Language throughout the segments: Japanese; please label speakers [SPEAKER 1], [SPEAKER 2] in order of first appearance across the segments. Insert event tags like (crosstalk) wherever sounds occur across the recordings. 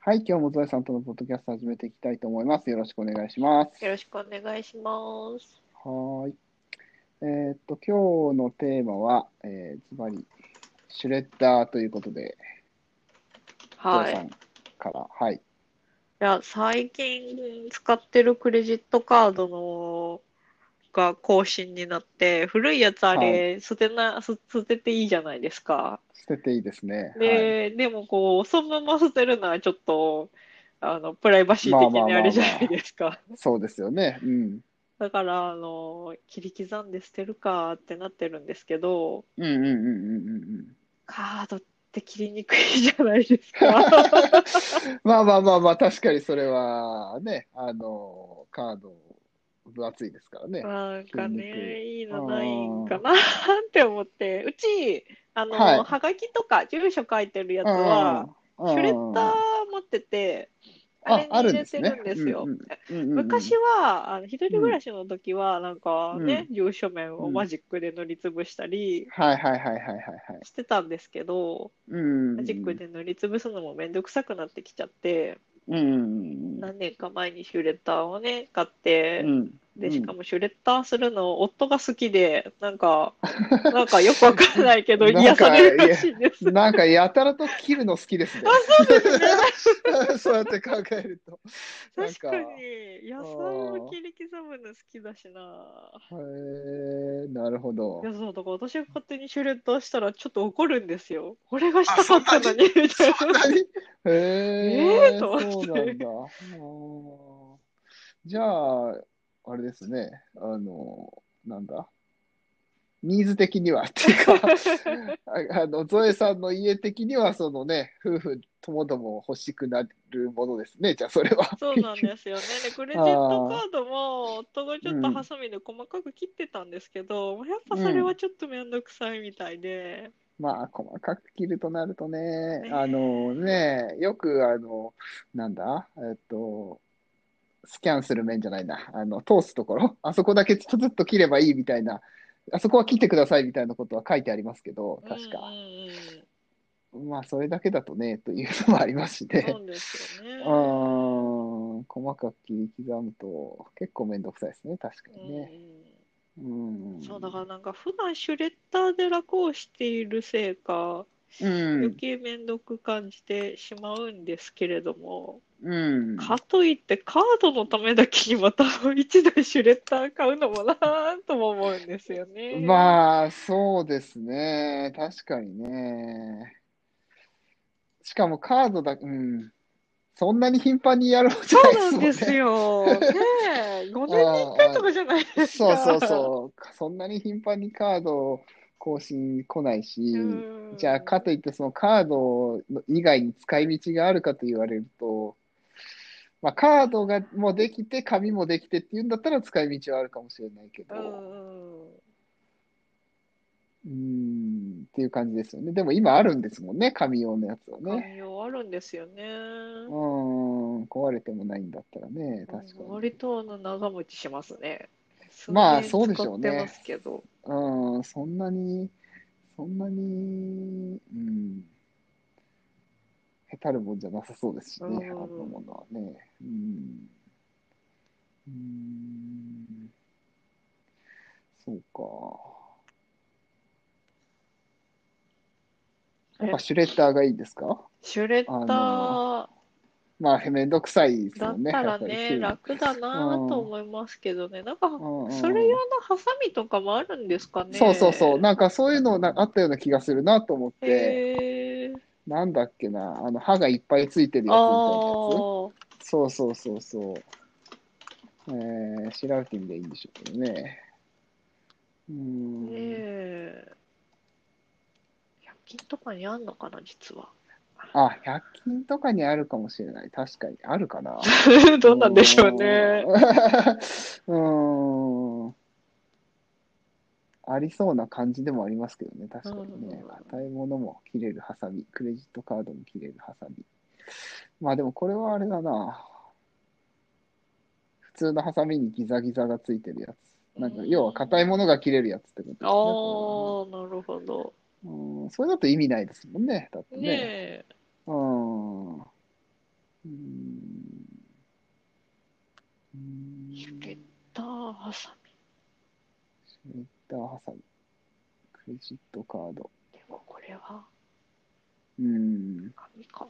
[SPEAKER 1] はい、今日もゾエさんとのポッドキャスト始めていきたいと思います。よろしくお願いします。
[SPEAKER 2] よろしくお願いします。
[SPEAKER 1] はーい。えーっと、今日のテーマは、えー、ズバリ、シュレッダーということで、
[SPEAKER 2] は
[SPEAKER 1] ゾエ
[SPEAKER 2] い。い
[SPEAKER 1] さんから、はい。
[SPEAKER 2] や、最近使ってるクレジットカードのが更新になって、古いやつあれ、捨てな、す捨てていいじゃないですか。
[SPEAKER 1] 捨てていいですね。はい、
[SPEAKER 2] で、でもこう、そのまま捨てるのはちょっと、あの、プライバシー的
[SPEAKER 1] まあまあまあ
[SPEAKER 2] に
[SPEAKER 1] まあ
[SPEAKER 2] あれじゃないですか。
[SPEAKER 1] そうですよね。うん。
[SPEAKER 2] だから、あの、切り刻んで捨てるかってなってるんですけど、
[SPEAKER 1] うんうんうんうんうんうん。
[SPEAKER 2] カードって切りにくいじゃないですか。
[SPEAKER 1] まあまあまあまあ、確かにそれはね、あの、カード、分厚いですからね。
[SPEAKER 2] なんかね、いいの
[SPEAKER 1] あー
[SPEAKER 2] ないんかなって思って、うち、あの、
[SPEAKER 1] はい
[SPEAKER 2] はがきとか住所書いてるやつは、
[SPEAKER 1] う
[SPEAKER 2] シ
[SPEAKER 1] ん、
[SPEAKER 2] ュレッダー持ってて、
[SPEAKER 1] あ
[SPEAKER 2] あれに
[SPEAKER 1] あ
[SPEAKER 2] 入
[SPEAKER 1] るん
[SPEAKER 2] れ
[SPEAKER 1] です
[SPEAKER 2] て
[SPEAKER 1] ね
[SPEAKER 2] るんですよ
[SPEAKER 1] うん。うんうんうん
[SPEAKER 2] 昔は、あの、一人暮らしの時は、なんかね、住所面をマジックで塗りつぶしたり
[SPEAKER 1] はいはいはいはいはいはい。
[SPEAKER 2] してたんですけど、
[SPEAKER 1] うん。
[SPEAKER 2] マジックで塗りつぶすのもめんどくさくなってきちゃって、
[SPEAKER 1] うん。
[SPEAKER 2] 何年か前にシュレッダーをね、買って、
[SPEAKER 1] うん。う
[SPEAKER 2] で、
[SPEAKER 1] ん
[SPEAKER 2] しかもシュレッダーするの、夫が好きで、な
[SPEAKER 1] (laughs)
[SPEAKER 2] んか、なんかよくわからないけど、
[SPEAKER 1] なんか
[SPEAKER 2] 癒されるらしいんです。
[SPEAKER 1] なんかやたらと切るの好き
[SPEAKER 2] (laughs)
[SPEAKER 1] ですね。そうやって考えると。なん
[SPEAKER 2] 確かに、野菜を切り刻むの好きだしな。
[SPEAKER 1] へえ、なるほど
[SPEAKER 2] いや、。そう、だから私が勝手にシュレッダーしたら、ちょっと怒るんですよ。俺がしたかったのに、みたいな。
[SPEAKER 1] へ
[SPEAKER 2] え
[SPEAKER 1] え、
[SPEAKER 2] ーと思って
[SPEAKER 1] そうなんだ。あーじゃあ、あれですね。あの、なんだ。ニーズ的にはっていう
[SPEAKER 2] (laughs)
[SPEAKER 1] か、ああの、ゾエさんの家的には、そのね、夫婦ともども欲しくなるものですね。じゃあ、それは。
[SPEAKER 2] そうなんですよね。で、クレジットカードも、夫がちょっとハサミで細かく切ってたんですけど、やっぱそれはちょっとめんどくさいみたいで、
[SPEAKER 1] まあ、細かく切るとなるとね
[SPEAKER 2] ね、え
[SPEAKER 1] あのね、よく、あの、なんだ、えっと、スキャンする面じゃないな、あの、通すところ、あそこだけちょっと切ればいいみたいな、あそこは切ってくださいみたいなことは書いてありますけど、確
[SPEAKER 2] う
[SPEAKER 1] か
[SPEAKER 2] ん。うんうん
[SPEAKER 1] まあ、それだけだとね、というのもありますしね
[SPEAKER 2] そ。うですよ
[SPEAKER 1] う (laughs)
[SPEAKER 2] ね。
[SPEAKER 1] ーん、細かく切り刻むと、結構めんどくさいですね、確かにね。う。
[SPEAKER 2] うんん、そうだからなんか普段シュレッダーで楽をしているせいか
[SPEAKER 1] うん、
[SPEAKER 2] 余計面倒く感じてしまうんですけれども、
[SPEAKER 1] うん。
[SPEAKER 2] かといってカードのためだけにまた一台シュレッダー買うのもなぁとも思うんですよね。あ、
[SPEAKER 1] まあ、そうですね。確かにね。しかもカードだ、うん。そんなに頻繁にやろうじゃ
[SPEAKER 2] そ
[SPEAKER 1] な
[SPEAKER 2] う
[SPEAKER 1] いですもん
[SPEAKER 2] なん
[SPEAKER 1] ね。
[SPEAKER 2] ですよ。ねえ、5年に1回とかじゃないです
[SPEAKER 1] そう
[SPEAKER 2] か。
[SPEAKER 1] そうそう。そんなに頻繁にカード更新来ないし、
[SPEAKER 2] うん
[SPEAKER 1] じゃあかといってそのカード以外に使い道があるかと言われると、まあ、カードがもうできて、紙もできてっていうんだったら使い道はあるかもしれないけ
[SPEAKER 2] う
[SPEAKER 1] ど、
[SPEAKER 2] んうん。
[SPEAKER 1] うーんっていう感じですよね。でも今あるんですもんね、紙用のやつはね。
[SPEAKER 2] 寛容あるんですよね。
[SPEAKER 1] うーん、壊れてもないんだったらね、確かに。
[SPEAKER 2] 割とあの長持ちしますね。
[SPEAKER 1] まあ
[SPEAKER 2] 数年
[SPEAKER 1] そうでしょうね
[SPEAKER 2] 使ってますけど。
[SPEAKER 1] うーん、そんなに、そんなに、うん、へたるもんじゃなさそうですしね、あ
[SPEAKER 2] うん
[SPEAKER 1] のものはね。うん。うーん、そうか。やっぱシュレッダーがいいですか
[SPEAKER 2] シュレッダー
[SPEAKER 1] まあ、めんどくさいです
[SPEAKER 2] だ
[SPEAKER 1] よ
[SPEAKER 2] っ
[SPEAKER 1] ね。
[SPEAKER 2] た
[SPEAKER 1] や
[SPEAKER 2] ら
[SPEAKER 1] っぱり
[SPEAKER 2] ね、
[SPEAKER 1] 切るの
[SPEAKER 2] 楽だなと思いますけどね。なんか、
[SPEAKER 1] うんうん
[SPEAKER 2] それ用のハサミとかもあるんですかね。
[SPEAKER 1] そうそうそう、。なんかそういうのなあったような気がするなと思って、
[SPEAKER 2] へえ。
[SPEAKER 1] なんだっけな、あの歯がいっぱいついてるやつみたい
[SPEAKER 2] あ
[SPEAKER 1] なや
[SPEAKER 2] あ。
[SPEAKER 1] つ。そうそうそうそう。えー、調べてみりゃいいんでしょうけどね。うー
[SPEAKER 2] ね
[SPEAKER 1] ん。
[SPEAKER 2] え。百均とかにあんのかな、実
[SPEAKER 1] (laughs)
[SPEAKER 2] は。
[SPEAKER 1] あ、100均とかにあるかもしれない。確かに。あるかな。
[SPEAKER 2] どうなんでしょうね。
[SPEAKER 1] (laughs) うーん。ありそうな感じでもありますけどね、確かにね
[SPEAKER 2] う。ん
[SPEAKER 1] 硬いものも切れるハサミ、クレジットカードも切れるハサミ。まあでもこれはあれだな。普通のハサミにギザギザがついてるやつ。なんか
[SPEAKER 2] うん
[SPEAKER 1] 要は硬いものが切れるやつってことです
[SPEAKER 2] ああ、な
[SPEAKER 1] ねこ
[SPEAKER 2] るほど。
[SPEAKER 1] れはね。うん、それだと意味ないですもんね、だって
[SPEAKER 2] ねえ。
[SPEAKER 1] うん。ううーんうーんシ
[SPEAKER 2] シュレッ
[SPEAKER 1] ュ
[SPEAKER 2] ダーハサミ。
[SPEAKER 1] レッダーハサミ。クレジットカード。
[SPEAKER 2] でもこれは
[SPEAKER 1] うーん。
[SPEAKER 2] 紙か。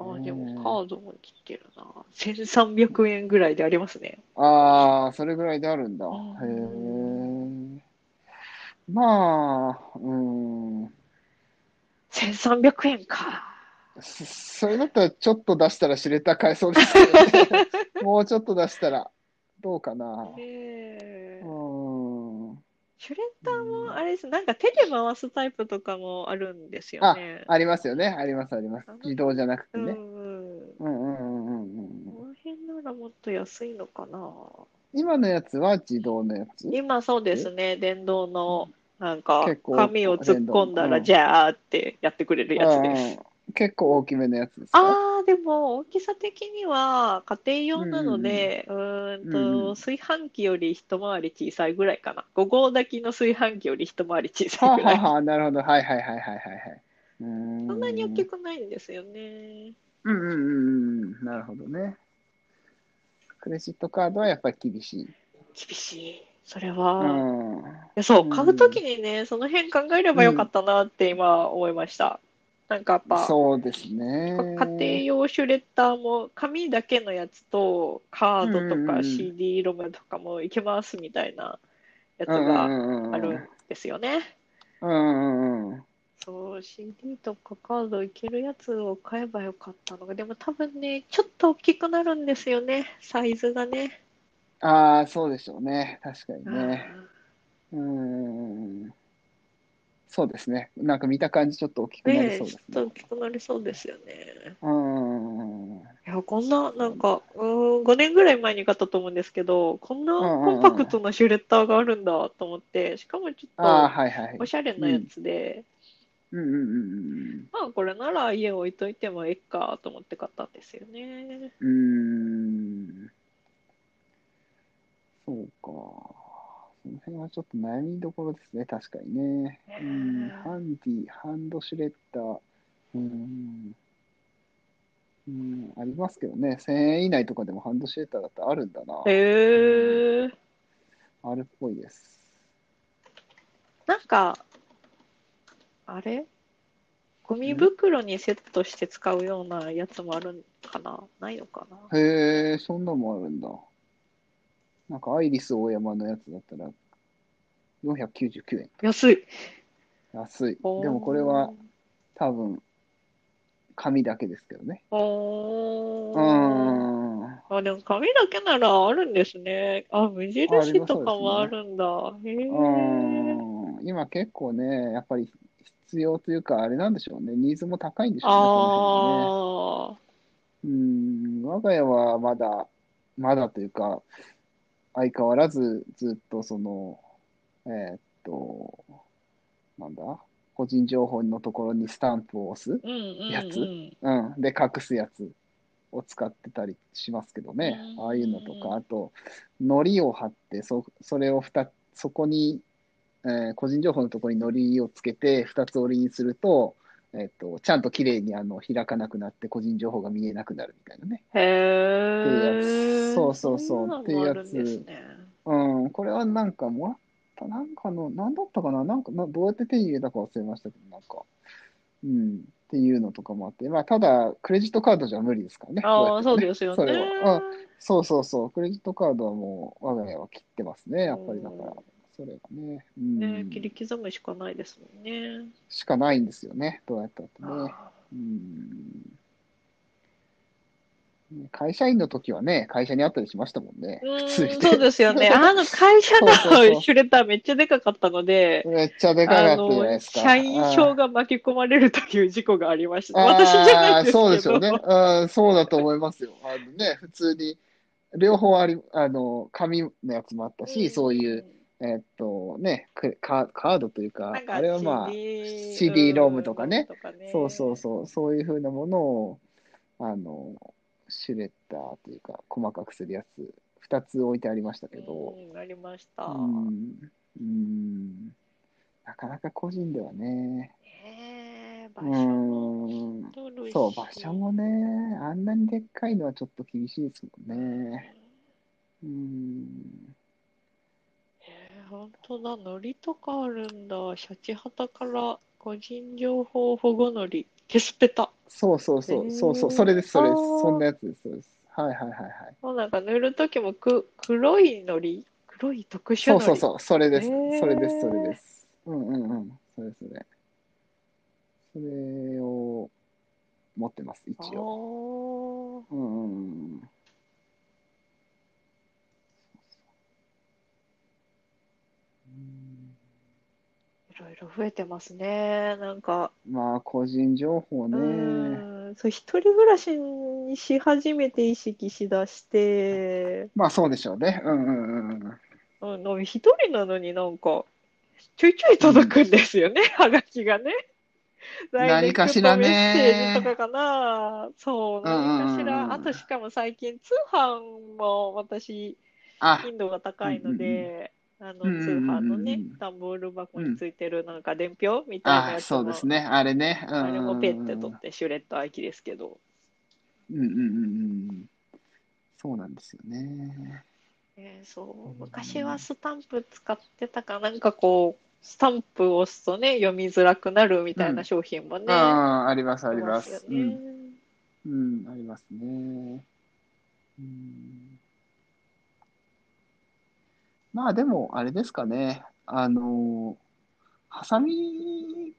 [SPEAKER 1] う
[SPEAKER 2] あ、
[SPEAKER 1] ん
[SPEAKER 2] でもカードも切ってるな。1300円ぐらいでありますね。
[SPEAKER 1] ああ、それぐらいであるんだ。へ
[SPEAKER 2] う
[SPEAKER 1] え。まあ、うーん。
[SPEAKER 2] 1300円か。
[SPEAKER 1] そそれだったらちょっと出したら知れた買えそうですけどね。もうちょっと出したらどうかな。
[SPEAKER 2] ねえ
[SPEAKER 1] うーん。
[SPEAKER 2] シュレッダーもあれです。なんか手で回すタイプとかもあるんですよね。
[SPEAKER 1] ありますよね。ありますあります
[SPEAKER 2] あの。
[SPEAKER 1] 自動じゃなくて
[SPEAKER 2] う
[SPEAKER 1] ね。
[SPEAKER 2] んうん。
[SPEAKER 1] うんうんうんうんうんうん。
[SPEAKER 2] この辺ならもっと安いのかな。
[SPEAKER 1] 今のやつは自動のやつ。
[SPEAKER 2] 今そうですね、電動の、なんか
[SPEAKER 1] 結、構
[SPEAKER 2] 紙を突っ込んだ
[SPEAKER 1] う
[SPEAKER 2] ら、
[SPEAKER 1] ん
[SPEAKER 2] じゃあってやってくれるやつです。
[SPEAKER 1] うん結構大きめのやつですか。
[SPEAKER 2] ああ、でも大きさ的には家庭用なので、うー
[SPEAKER 1] う
[SPEAKER 2] ん
[SPEAKER 1] んうん
[SPEAKER 2] と、炊飯器より一回り小さいぐらいかな。5合炊きの炊飯器より一回り小
[SPEAKER 1] は
[SPEAKER 2] さ
[SPEAKER 1] あ
[SPEAKER 2] いぐら。
[SPEAKER 1] はいあはあ、なるほど。はいはいはいはいはいはい。そん
[SPEAKER 2] そんなに大き
[SPEAKER 1] く。
[SPEAKER 2] くないんですよね。
[SPEAKER 1] うんうんうんうん。なるほどね。クレジットカードはやっぱり厳しい。
[SPEAKER 2] 厳しい。それ
[SPEAKER 1] う
[SPEAKER 2] は。
[SPEAKER 1] ん。
[SPEAKER 2] いやそうう、
[SPEAKER 1] ん
[SPEAKER 2] 買うときにね、その辺考えればよかったなって今思いました。なんかやっぱ、
[SPEAKER 1] そうですね。
[SPEAKER 2] 家庭用シュレッダーも紙だけのやつとカード
[SPEAKER 1] うん
[SPEAKER 2] と
[SPEAKER 1] うんう
[SPEAKER 2] か
[SPEAKER 1] ん
[SPEAKER 2] CD ロムとかもいけますみたいなやつ
[SPEAKER 1] うんう
[SPEAKER 2] が
[SPEAKER 1] んうんうん
[SPEAKER 2] あるんですよね。
[SPEAKER 1] うんうんうん。
[SPEAKER 2] そう CD とかカードいけるやつを買えばよかったのがでも多分ねちょっと大きくなるんですよねサイズがね。
[SPEAKER 1] ああ、そうでしょうね。確かにね。
[SPEAKER 2] あ
[SPEAKER 1] うん。そうですね。なんか見た感じちょっと大き
[SPEAKER 2] ー
[SPEAKER 1] くなり
[SPEAKER 2] ね
[SPEAKER 1] そうで
[SPEAKER 2] ち
[SPEAKER 1] す
[SPEAKER 2] ょっ
[SPEAKER 1] ね。
[SPEAKER 2] と大きくなりそうですよね。
[SPEAKER 1] うん。うん
[SPEAKER 2] いやこんななんかうーん5年ぐらい前に買ったと思うんですけどこんな
[SPEAKER 1] うんうんうん
[SPEAKER 2] コンパクトなシュレッダーがあるんだと思ってしかもちょっと。
[SPEAKER 1] ああ、はいはい
[SPEAKER 2] お。しゃれなやつで、
[SPEAKER 1] うんうんうんうん。
[SPEAKER 2] まあこれなら家置いといてもいいかと思って買ったんですよね。
[SPEAKER 1] うーんそうか。その辺はちょっと悩みどころですね、確かにね。うん、ハンディ、ハンドシュレッダー。うん。うん、ありますけどね。1000円以内とかでもハンドシュレッダーだってあるんだな。
[SPEAKER 2] へえ。
[SPEAKER 1] あるっぽいです。
[SPEAKER 2] なんか、あれゴミ袋にセットして使うようなやつもあるんかなないのかな
[SPEAKER 1] へえ、そんなのもあるんだ。なんかアイリス大山のやつだったら499円。
[SPEAKER 2] 安い。
[SPEAKER 1] 安い。でもこれは多分紙だけですけどね。
[SPEAKER 2] お
[SPEAKER 1] う
[SPEAKER 2] ー。
[SPEAKER 1] ん。
[SPEAKER 2] あ、でも紙だけならあるんですね。あ、無印とかもあるんだ。へえ。
[SPEAKER 1] うん今結構ね、やっぱり必要というか、あれなんでしょうね、ニーズも高いんでしょうね、こ
[SPEAKER 2] ああ。
[SPEAKER 1] の辺ね。うん、我が家はまだ、まだというか、相変わらずずっとその、えーっと、なんだ、個人情報のところにスタンプを押す、
[SPEAKER 2] うんうん
[SPEAKER 1] やつ
[SPEAKER 2] うん。
[SPEAKER 1] うん、で、隠すやつを使ってたりしますけどね、
[SPEAKER 2] うん
[SPEAKER 1] ああいうのとか、あと、糊を貼って、そそれをふたそこに、えー個人情報のところに糊をつけて、二つ折りにすると、えっと、ちゃんと綺麗にあの開かなくなって個人情報が見えなくなるみたいなね。
[SPEAKER 2] へ
[SPEAKER 1] っていうや
[SPEAKER 2] え。
[SPEAKER 1] つそうそうそうん
[SPEAKER 2] なの
[SPEAKER 1] っていうやつ
[SPEAKER 2] あるんですね。
[SPEAKER 1] うん、これはなんかもらった、なんかの、なんだったかな、なんか、などうやって手に入れたか忘れましたけど、なんか、うん、っていうのとかもあって、まあ、ただ、クレジットカードじゃ無理ですからね。こ
[SPEAKER 2] あ
[SPEAKER 1] やっ
[SPEAKER 2] あ、
[SPEAKER 1] て
[SPEAKER 2] そうですよ
[SPEAKER 1] そ
[SPEAKER 2] ね。
[SPEAKER 1] れはそうそうそう、クレジットカードはもう我が家は切ってますね、やっぱりだから、それがね、うん、
[SPEAKER 2] ね、切り刻むしかないですもんね。
[SPEAKER 1] しかないんですよね、どうやったってね。
[SPEAKER 2] あ
[SPEAKER 1] うん、会社員の時はね、会社にあったりしましたもんね、
[SPEAKER 2] ー
[SPEAKER 1] 普
[SPEAKER 2] う
[SPEAKER 1] 通にね、
[SPEAKER 2] ん、そうです
[SPEAKER 1] (laughs)
[SPEAKER 2] よね。あの会社の
[SPEAKER 1] そうそうそう
[SPEAKER 2] シュレッダーめっちゃでかかったので、
[SPEAKER 1] めっちゃでかか
[SPEAKER 2] あ
[SPEAKER 1] ったじゃない
[SPEAKER 2] の、
[SPEAKER 1] ですか。
[SPEAKER 2] 社員
[SPEAKER 1] うん
[SPEAKER 2] 証が巻き込まれるという事故がありました。
[SPEAKER 1] あ
[SPEAKER 2] 私じゃないですけど。
[SPEAKER 1] そうですよね。うん、そうだと思いますよ。あのね、普通に、両方あり、あの、紙のやつもあったし、そういう、。えっと、ね、くカカードというか、
[SPEAKER 2] なんか
[SPEAKER 1] あれはまあ、
[SPEAKER 2] CD
[SPEAKER 1] CD ロムとかね。
[SPEAKER 2] ロムとかね
[SPEAKER 1] そうそうそう、そういうふうなものを、あの、シュレッダーというか、細かくするやつ、2つ置いてありましたけど、
[SPEAKER 2] うんありました。
[SPEAKER 1] うん、うん、なかなか個人ではね、
[SPEAKER 2] ねえ馬
[SPEAKER 1] う
[SPEAKER 2] 車も
[SPEAKER 1] ーん。
[SPEAKER 2] ドル
[SPEAKER 1] そう、
[SPEAKER 2] シー
[SPEAKER 1] 場所もね、あんなにでっかいのはちょっと厳しいですもんね。うーん。
[SPEAKER 2] えー、本当だ、のりとかあるんだ。シャチハタから個人情報保護のり。消すペタ。
[SPEAKER 1] そうそうそ
[SPEAKER 2] へー
[SPEAKER 1] う、そうそう、それです、それです。
[SPEAKER 2] あー
[SPEAKER 1] そんなやつです、それです。はいはいはいはい。
[SPEAKER 2] もうなんか塗るときもく黒いのり黒い特殊
[SPEAKER 1] そ
[SPEAKER 2] の
[SPEAKER 1] う
[SPEAKER 2] り。
[SPEAKER 1] そうそう、それです。
[SPEAKER 2] へー
[SPEAKER 1] それです、それです。うんうんうん、それそれ。それを持ってます、一応。
[SPEAKER 2] あ
[SPEAKER 1] うんうんうん。うん
[SPEAKER 2] あ、いろいろ増えてますね。なんか、
[SPEAKER 1] まあ、個人情報
[SPEAKER 2] う
[SPEAKER 1] ね。
[SPEAKER 2] ーん、そう、一人暮らしにし始めて意識しだして、
[SPEAKER 1] まあ、そうでしょうね。うんうんうんうん。
[SPEAKER 2] うん、なんか一人なのになんか、ちょいちょい届くんですよね、はがきがね。ダ
[SPEAKER 1] 何
[SPEAKER 2] イレクト
[SPEAKER 1] かしらね
[SPEAKER 2] メッセージとかかな。そう、
[SPEAKER 1] うんうんうん
[SPEAKER 2] 何かしら。あとしかも最近通販も私、
[SPEAKER 1] あ、
[SPEAKER 2] 頻度が高いので、あの
[SPEAKER 1] うんうん
[SPEAKER 2] 通販のね
[SPEAKER 1] うん、
[SPEAKER 2] 段ボール箱についてるなんか伝票みたいな
[SPEAKER 1] あ
[SPEAKER 2] やつ
[SPEAKER 1] そう
[SPEAKER 2] も
[SPEAKER 1] です、ね。あれね。うんうんうん
[SPEAKER 2] あれもペッて取ってシュレッダー空きですけど、
[SPEAKER 1] うんうんうんうん。そうなんですよね。
[SPEAKER 2] えー
[SPEAKER 1] う
[SPEAKER 2] そ
[SPEAKER 1] ん
[SPEAKER 2] う昔はスタンプ使ってたかなんかこうスタンプを押すとね読みづらくなるみたいな商品もね、あ
[SPEAKER 1] ああ、あります、あり
[SPEAKER 2] り
[SPEAKER 1] ま
[SPEAKER 2] ますよ
[SPEAKER 1] す。う
[SPEAKER 2] ね、
[SPEAKER 1] んうん、ありますね。うん、まあでも、あれですかね。あの、ハサミ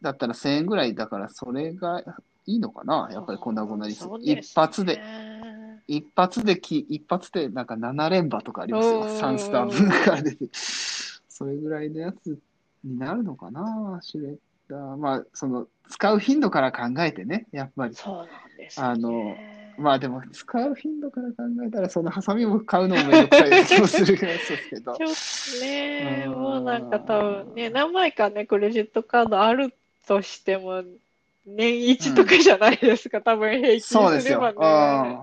[SPEAKER 1] だったら1000円ぐらいだから、それがいいのかな。やっぱりこんなこんなに
[SPEAKER 2] そうすね
[SPEAKER 1] 一発で、一発でき、一発でなんか7連覇とかありますよ。
[SPEAKER 2] うんうんうん
[SPEAKER 1] 3スタンプから出て。それぐらいのやつになるのかな、シュレッダー。まあ、その、使う頻度から考えてね、やっぱり。
[SPEAKER 2] そうなんですよね
[SPEAKER 1] あのまあでも、使う頻度から考えたら、そのハサミも買うのもめんどくさいな気もするぐらいですけど
[SPEAKER 2] (laughs) ち。ょっとね、
[SPEAKER 1] うん
[SPEAKER 2] もうなんか多分ね、何枚かね、クレジットカードあるとしても、年一とかじゃないですか、多分平均
[SPEAKER 1] そうです
[SPEAKER 2] れ
[SPEAKER 1] よ。
[SPEAKER 2] ばね。
[SPEAKER 1] うん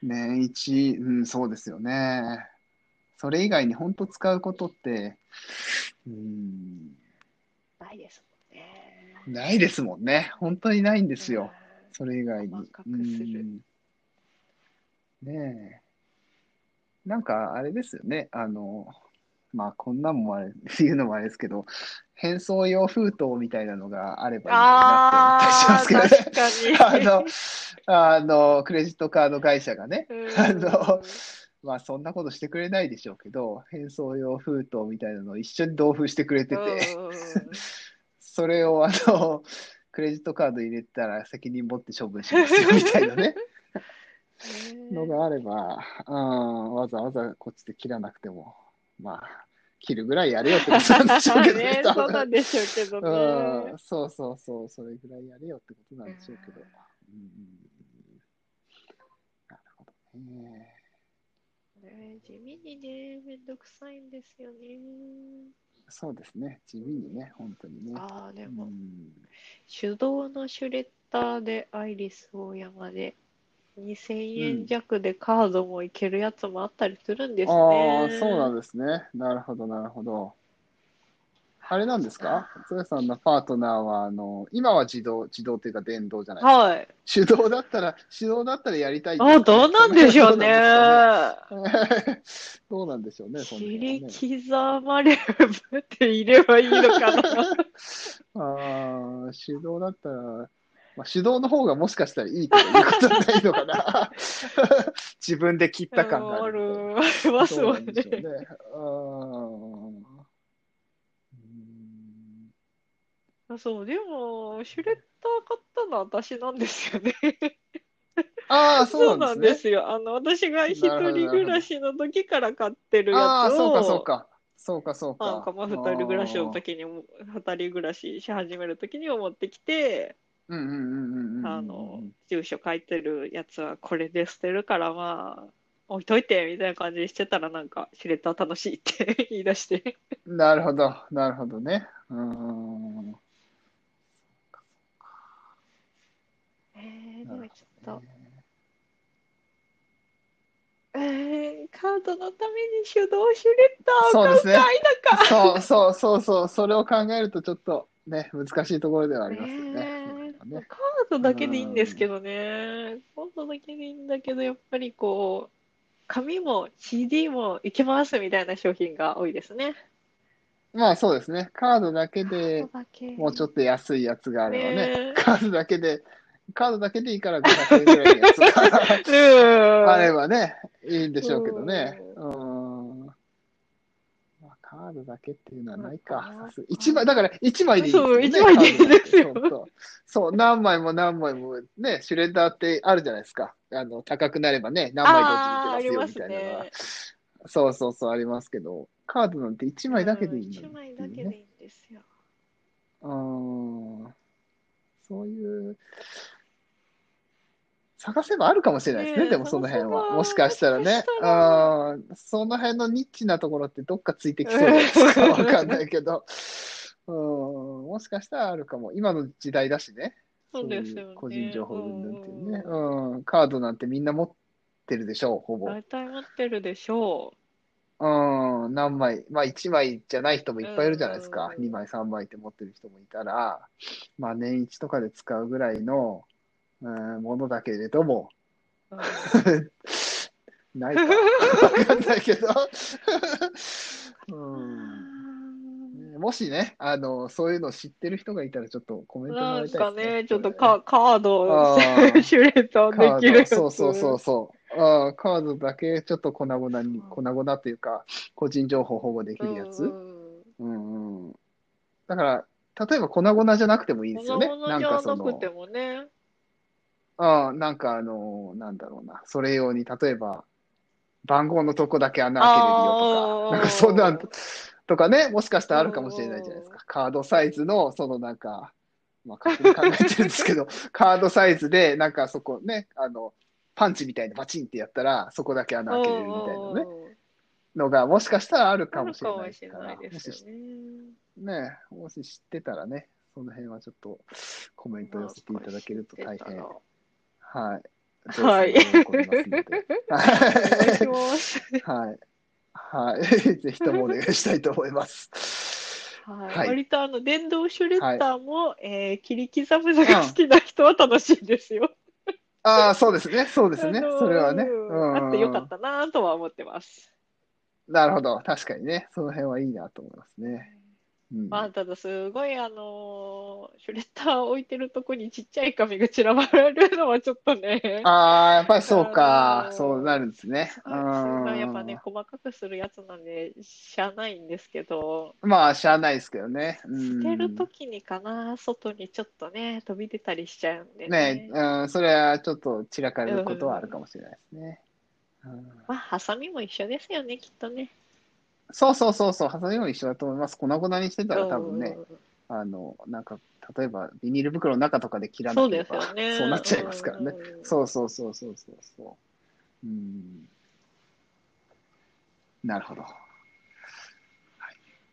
[SPEAKER 1] 年一、うん、そうですよね。それ以外に本当使うことって、うん、
[SPEAKER 2] ないですもんね。
[SPEAKER 1] ないですもんね。本当にないんで
[SPEAKER 2] です
[SPEAKER 1] よ。。それ以外に。
[SPEAKER 2] 細かくする
[SPEAKER 1] うんねえ。なんかあれですよね。あの、まあこんなんもあれ、言うのもあれですけど、変装用封筒みたいなのがあればいいな
[SPEAKER 2] あ
[SPEAKER 1] って
[SPEAKER 2] ー、
[SPEAKER 1] 思ったりしますけどね。
[SPEAKER 2] 確か
[SPEAKER 1] あ
[SPEAKER 2] に。
[SPEAKER 1] の、あの、クレジットカード会社がね、
[SPEAKER 2] うん
[SPEAKER 1] あの、まあそんなことしてくれないでしょうけど、変装用封筒みたいなのを一緒に同封してくれてて、
[SPEAKER 2] うんうんうん
[SPEAKER 1] それをあの、クレジットカード入れたら責任持って処分しますよみたいなね。の
[SPEAKER 2] ね
[SPEAKER 1] があれば、うん、わざわざこっちで切らなくても、まあ、切るぐらいやれよってことなんでしょうけど
[SPEAKER 2] ね
[SPEAKER 1] ね、多
[SPEAKER 2] (laughs) そうな
[SPEAKER 1] 分
[SPEAKER 2] んでしょうけど
[SPEAKER 1] う
[SPEAKER 2] ね
[SPEAKER 1] ん、。そうそうそう、それぐらいやれよってことなんでしょうけど。うん、なるほどね。
[SPEAKER 2] ね地味にね、めんどくさいんですよね。
[SPEAKER 1] そうですね、地味にね、本当にね。
[SPEAKER 2] ああ、で
[SPEAKER 1] う
[SPEAKER 2] も、
[SPEAKER 1] ん、
[SPEAKER 2] 手動のシュレッダーでアイリスオーヤマで2000円弱でカードもいけるやつもあったりするんです
[SPEAKER 1] ああ、
[SPEAKER 2] ね。
[SPEAKER 1] そうなん
[SPEAKER 2] で
[SPEAKER 1] ですね。なるほど、なるほど。あれなんですかつやさんのパートナーは、あの、今は自動、自動というか電動じゃないですか
[SPEAKER 2] はい。
[SPEAKER 1] 手動だったら、手動だったらやりたいって
[SPEAKER 2] ああ、どうなんでしょうね。
[SPEAKER 1] どうなんでしょうね。 (laughs) その
[SPEAKER 2] 切
[SPEAKER 1] 辺はね
[SPEAKER 2] り刻まれるって入ればいいのかな。
[SPEAKER 1] ああ、手動だったら、まあ、手動の方がもしかしたらいいということはないのか
[SPEAKER 2] (laughs)
[SPEAKER 1] な。自分で切った感があるみたいな。
[SPEAKER 2] あるあります
[SPEAKER 1] どうな
[SPEAKER 2] も
[SPEAKER 1] んん
[SPEAKER 2] ね
[SPEAKER 1] でし。ょうね。あーうん
[SPEAKER 2] そう、でも、シュレッダー買ったのは私なんですよね。
[SPEAKER 1] あー、
[SPEAKER 2] そ
[SPEAKER 1] (laughs) そううな
[SPEAKER 2] なんん
[SPEAKER 1] で
[SPEAKER 2] です
[SPEAKER 1] ね。
[SPEAKER 2] すよ。あの、私が一人暮らしの時から買ってる
[SPEAKER 1] あ
[SPEAKER 2] や
[SPEAKER 1] あ、
[SPEAKER 2] つ
[SPEAKER 1] そうか、そう
[SPEAKER 2] を、
[SPEAKER 1] か。そうか、そうか。
[SPEAKER 2] なんかまあ二人暮らしの時にも、二人暮らしし始める時にも持ってきて、
[SPEAKER 1] あーうんうんうんうんうんうん。
[SPEAKER 2] あの、住所書いてるやつはこれで捨てるから、まあ、置いといて、みたいな感じにしてたら、なんか、シュレッダー楽しいって言い出して。 (laughs)
[SPEAKER 1] なるほど、なるほどね。うーん。
[SPEAKER 2] えー、
[SPEAKER 1] な
[SPEAKER 2] でも
[SPEAKER 1] る
[SPEAKER 2] ちょっと、えー、カードのために手動シュレッダ
[SPEAKER 1] そ
[SPEAKER 2] ーを
[SPEAKER 1] う
[SPEAKER 2] 買
[SPEAKER 1] ですね
[SPEAKER 2] うかいなか。
[SPEAKER 1] そうそうそうそう、それを考えるとちょっと、ね、難しいところではありますよね。
[SPEAKER 2] ね
[SPEAKER 1] そうだね
[SPEAKER 2] カードだけでいいんですけどね。カードだけでいいんだけど、やっぱりこう、紙も CD もいけますみたいな商品が多いですね。
[SPEAKER 1] まあそうですね。カードだけで、もうちょ
[SPEAKER 2] っ
[SPEAKER 1] っと安いやつがあ
[SPEAKER 2] と
[SPEAKER 1] ればね。
[SPEAKER 2] ね
[SPEAKER 1] カードだけで、カードだけでいいから500円ぐらいのやつが
[SPEAKER 2] うん
[SPEAKER 1] あればね、いいんでしょうけどね。うーん。まあ、カードだけっていうのはないか。
[SPEAKER 2] まあ
[SPEAKER 1] さすが一枚、だから一枚でいい
[SPEAKER 2] そう
[SPEAKER 1] です
[SPEAKER 2] 一枚でいいですよ
[SPEAKER 1] カードだけそうそうそう、何枚も何枚もね、シュレッダーってあるじゃないですか。あの、高くなればね、何
[SPEAKER 2] あーあ
[SPEAKER 1] 枚
[SPEAKER 2] り
[SPEAKER 1] で落
[SPEAKER 2] ま
[SPEAKER 1] ち
[SPEAKER 2] す
[SPEAKER 1] てますよみたいなのが
[SPEAKER 2] ね。。
[SPEAKER 1] そうそうそう、ありますけど、カードなんて一枚だけでいいのにってい
[SPEAKER 2] うん
[SPEAKER 1] う
[SPEAKER 2] 一
[SPEAKER 1] ね
[SPEAKER 2] 枚だけでいいんですよ。
[SPEAKER 1] うーんそういう、探せばあるかもしれないですね、
[SPEAKER 2] ねえ
[SPEAKER 1] でもその辺は。も
[SPEAKER 2] 探
[SPEAKER 1] し
[SPEAKER 2] せば
[SPEAKER 1] かしたら
[SPEAKER 2] もし
[SPEAKER 1] ね
[SPEAKER 2] かし。たら
[SPEAKER 1] うんその辺のニッチなところってどっかついてきそうじゃないですか。
[SPEAKER 2] うん
[SPEAKER 1] わかんないけ
[SPEAKER 2] (laughs)
[SPEAKER 1] ど。うん、もしかしたらあるかも。今の時代だしね。
[SPEAKER 2] そうですよね。
[SPEAKER 1] 個人情報云々っていうね。
[SPEAKER 2] うん
[SPEAKER 1] うん、カードなんてみんな持ってるでしょう、ほぼ。
[SPEAKER 2] 大体持ってるでしょ
[SPEAKER 1] うん、何枚、まあ1枚じゃない人もいっぱいいるじゃないですか。
[SPEAKER 2] うん
[SPEAKER 1] 2枚、3枚って持ってる人もいたら、まあ年一とかで使うぐらいの、うん、ものだけれども、 (laughs)
[SPEAKER 2] う。
[SPEAKER 1] ないか。わかんないけど、 (laughs) うん (laughs) ねもしね、あの、そういうのを知ってる人がいたら、ちょっとコメントも
[SPEAKER 2] な
[SPEAKER 1] ら
[SPEAKER 2] ん
[SPEAKER 1] いた
[SPEAKER 2] か
[SPEAKER 1] いですね。
[SPEAKER 2] ね、ちょっと
[SPEAKER 1] これね
[SPEAKER 2] カカード
[SPEAKER 1] あ
[SPEAKER 2] (laughs) を
[SPEAKER 1] ー
[SPEAKER 2] シュレッダ
[SPEAKER 1] カ
[SPEAKER 2] ー
[SPEAKER 1] ー
[SPEAKER 2] できる
[SPEAKER 1] ド、
[SPEAKER 2] やつ。
[SPEAKER 1] そうそうそうそう。あーカードだけちょっと粉々に、粉々というか、個人情報保護できるやつ。
[SPEAKER 2] うん
[SPEAKER 1] うんうん。だから、例えば粉々じゃなくてもいいですよね。
[SPEAKER 2] 粉
[SPEAKER 1] な
[SPEAKER 2] 々
[SPEAKER 1] ん
[SPEAKER 2] じゃ
[SPEAKER 1] かそ
[SPEAKER 2] な
[SPEAKER 1] の、
[SPEAKER 2] くてもね。
[SPEAKER 1] ああ、なんかあの、なんだろうな。それ用に、例えば、番号のとこだけ穴開けれるよとか、
[SPEAKER 2] あー
[SPEAKER 1] なんかそんなんとかね、もしかしたらあるかもしれないじゃないですか。カードサイズの、そのなんか、まあ、勝手に考えてるんですけ
[SPEAKER 2] (laughs)
[SPEAKER 1] ど、カードサイズで、なんかそこね、あの、パンチみたいにバチンってやったら、そこだけ穴開けれるみたいなね、
[SPEAKER 2] ね。
[SPEAKER 1] のが、もしかしたらあるか
[SPEAKER 2] あ
[SPEAKER 1] も
[SPEAKER 2] る
[SPEAKER 1] し
[SPEAKER 2] か
[SPEAKER 1] れな
[SPEAKER 2] も
[SPEAKER 1] い
[SPEAKER 2] しれ
[SPEAKER 1] か
[SPEAKER 2] な
[SPEAKER 1] ら、
[SPEAKER 2] いで
[SPEAKER 1] もし
[SPEAKER 2] すよね。
[SPEAKER 1] ねえ、もし知ってたらね、その辺はちょっとコメント寄せていただけると大変、
[SPEAKER 2] お
[SPEAKER 1] はい。
[SPEAKER 2] はい
[SPEAKER 1] 上手に喜びますので
[SPEAKER 2] 願いし
[SPEAKER 1] は
[SPEAKER 2] ます。
[SPEAKER 1] い。はい。はい。 (laughs) ぜひともお願いしたいと思います。
[SPEAKER 2] はい
[SPEAKER 1] はい
[SPEAKER 2] 割とあの電動シュレッダーも、えー切り刻むのが好きな人は楽しいですよ。
[SPEAKER 1] ああ、そうですね。そうですね
[SPEAKER 2] あのー。
[SPEAKER 1] それはね。
[SPEAKER 2] うんあってよかったなとは思ってます。
[SPEAKER 1] なるほど。確かにね。その辺はいいなと思いますね。うん。
[SPEAKER 2] まあ、ただすごいあのーシュレッダーを置いてるとこにちっちゃい紙が散らばるのはちょっとね。
[SPEAKER 1] ああ、やっぱりそう
[SPEAKER 2] あ
[SPEAKER 1] か
[SPEAKER 2] の。ー
[SPEAKER 1] そうなるんですね。う
[SPEAKER 2] まあやっぱ
[SPEAKER 1] ん
[SPEAKER 2] ね、。細かくするやつなんで、しゃあないんですけど、
[SPEAKER 1] まあ、しゃあないですけどね。うん
[SPEAKER 2] 捨てるときにかな、外にちょっとね、飛び出たりしちゃうんで
[SPEAKER 1] ね
[SPEAKER 2] ね。
[SPEAKER 1] うん、それはちょっと散らかることはあるかもしれないですね。うん、
[SPEAKER 2] まあ、ハサミも一緒ですよね、きっとね。
[SPEAKER 1] そうそうそうそう、ハサミも一緒だと思います。粉々にしてたら多分ね、あの、なんか、例えばビニール袋の中とかで切
[SPEAKER 2] う
[SPEAKER 1] ら
[SPEAKER 2] んそ
[SPEAKER 1] な
[SPEAKER 2] う
[SPEAKER 1] けれ
[SPEAKER 2] です
[SPEAKER 1] ば、
[SPEAKER 2] よね。
[SPEAKER 1] そうなっちゃいますからね。
[SPEAKER 2] うん
[SPEAKER 1] そうそうそうそうそうそう。うん。なるほど。はい。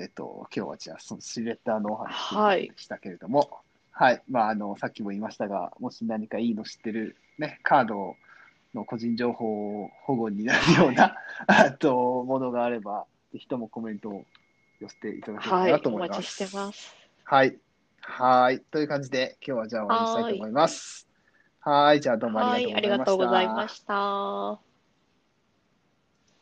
[SPEAKER 1] えっと、今日はじゃあ、そのシレッダーのお話
[SPEAKER 2] はい
[SPEAKER 1] でしたけれども、はい。まあ、あの、さっきも言いましたが、もし何かいいの知ってる、ね、カードの個人情報保護になるような、 (laughs) あと、ものがあれば、ぜひともコメントを寄せていただければ
[SPEAKER 2] はい
[SPEAKER 1] な、と
[SPEAKER 2] お
[SPEAKER 1] 思います。
[SPEAKER 2] 待ちしてます。
[SPEAKER 1] はい。はい。という感じで、今日はじゃあ終わりにしたいと思います。はい。じゃあどうも
[SPEAKER 2] は
[SPEAKER 1] あり
[SPEAKER 2] い、
[SPEAKER 1] が
[SPEAKER 2] あり
[SPEAKER 1] とう
[SPEAKER 2] がとう
[SPEAKER 1] ご
[SPEAKER 2] ご
[SPEAKER 1] ざ
[SPEAKER 2] ざ
[SPEAKER 1] い
[SPEAKER 2] い
[SPEAKER 1] ま
[SPEAKER 2] ま
[SPEAKER 1] した。
[SPEAKER 2] した。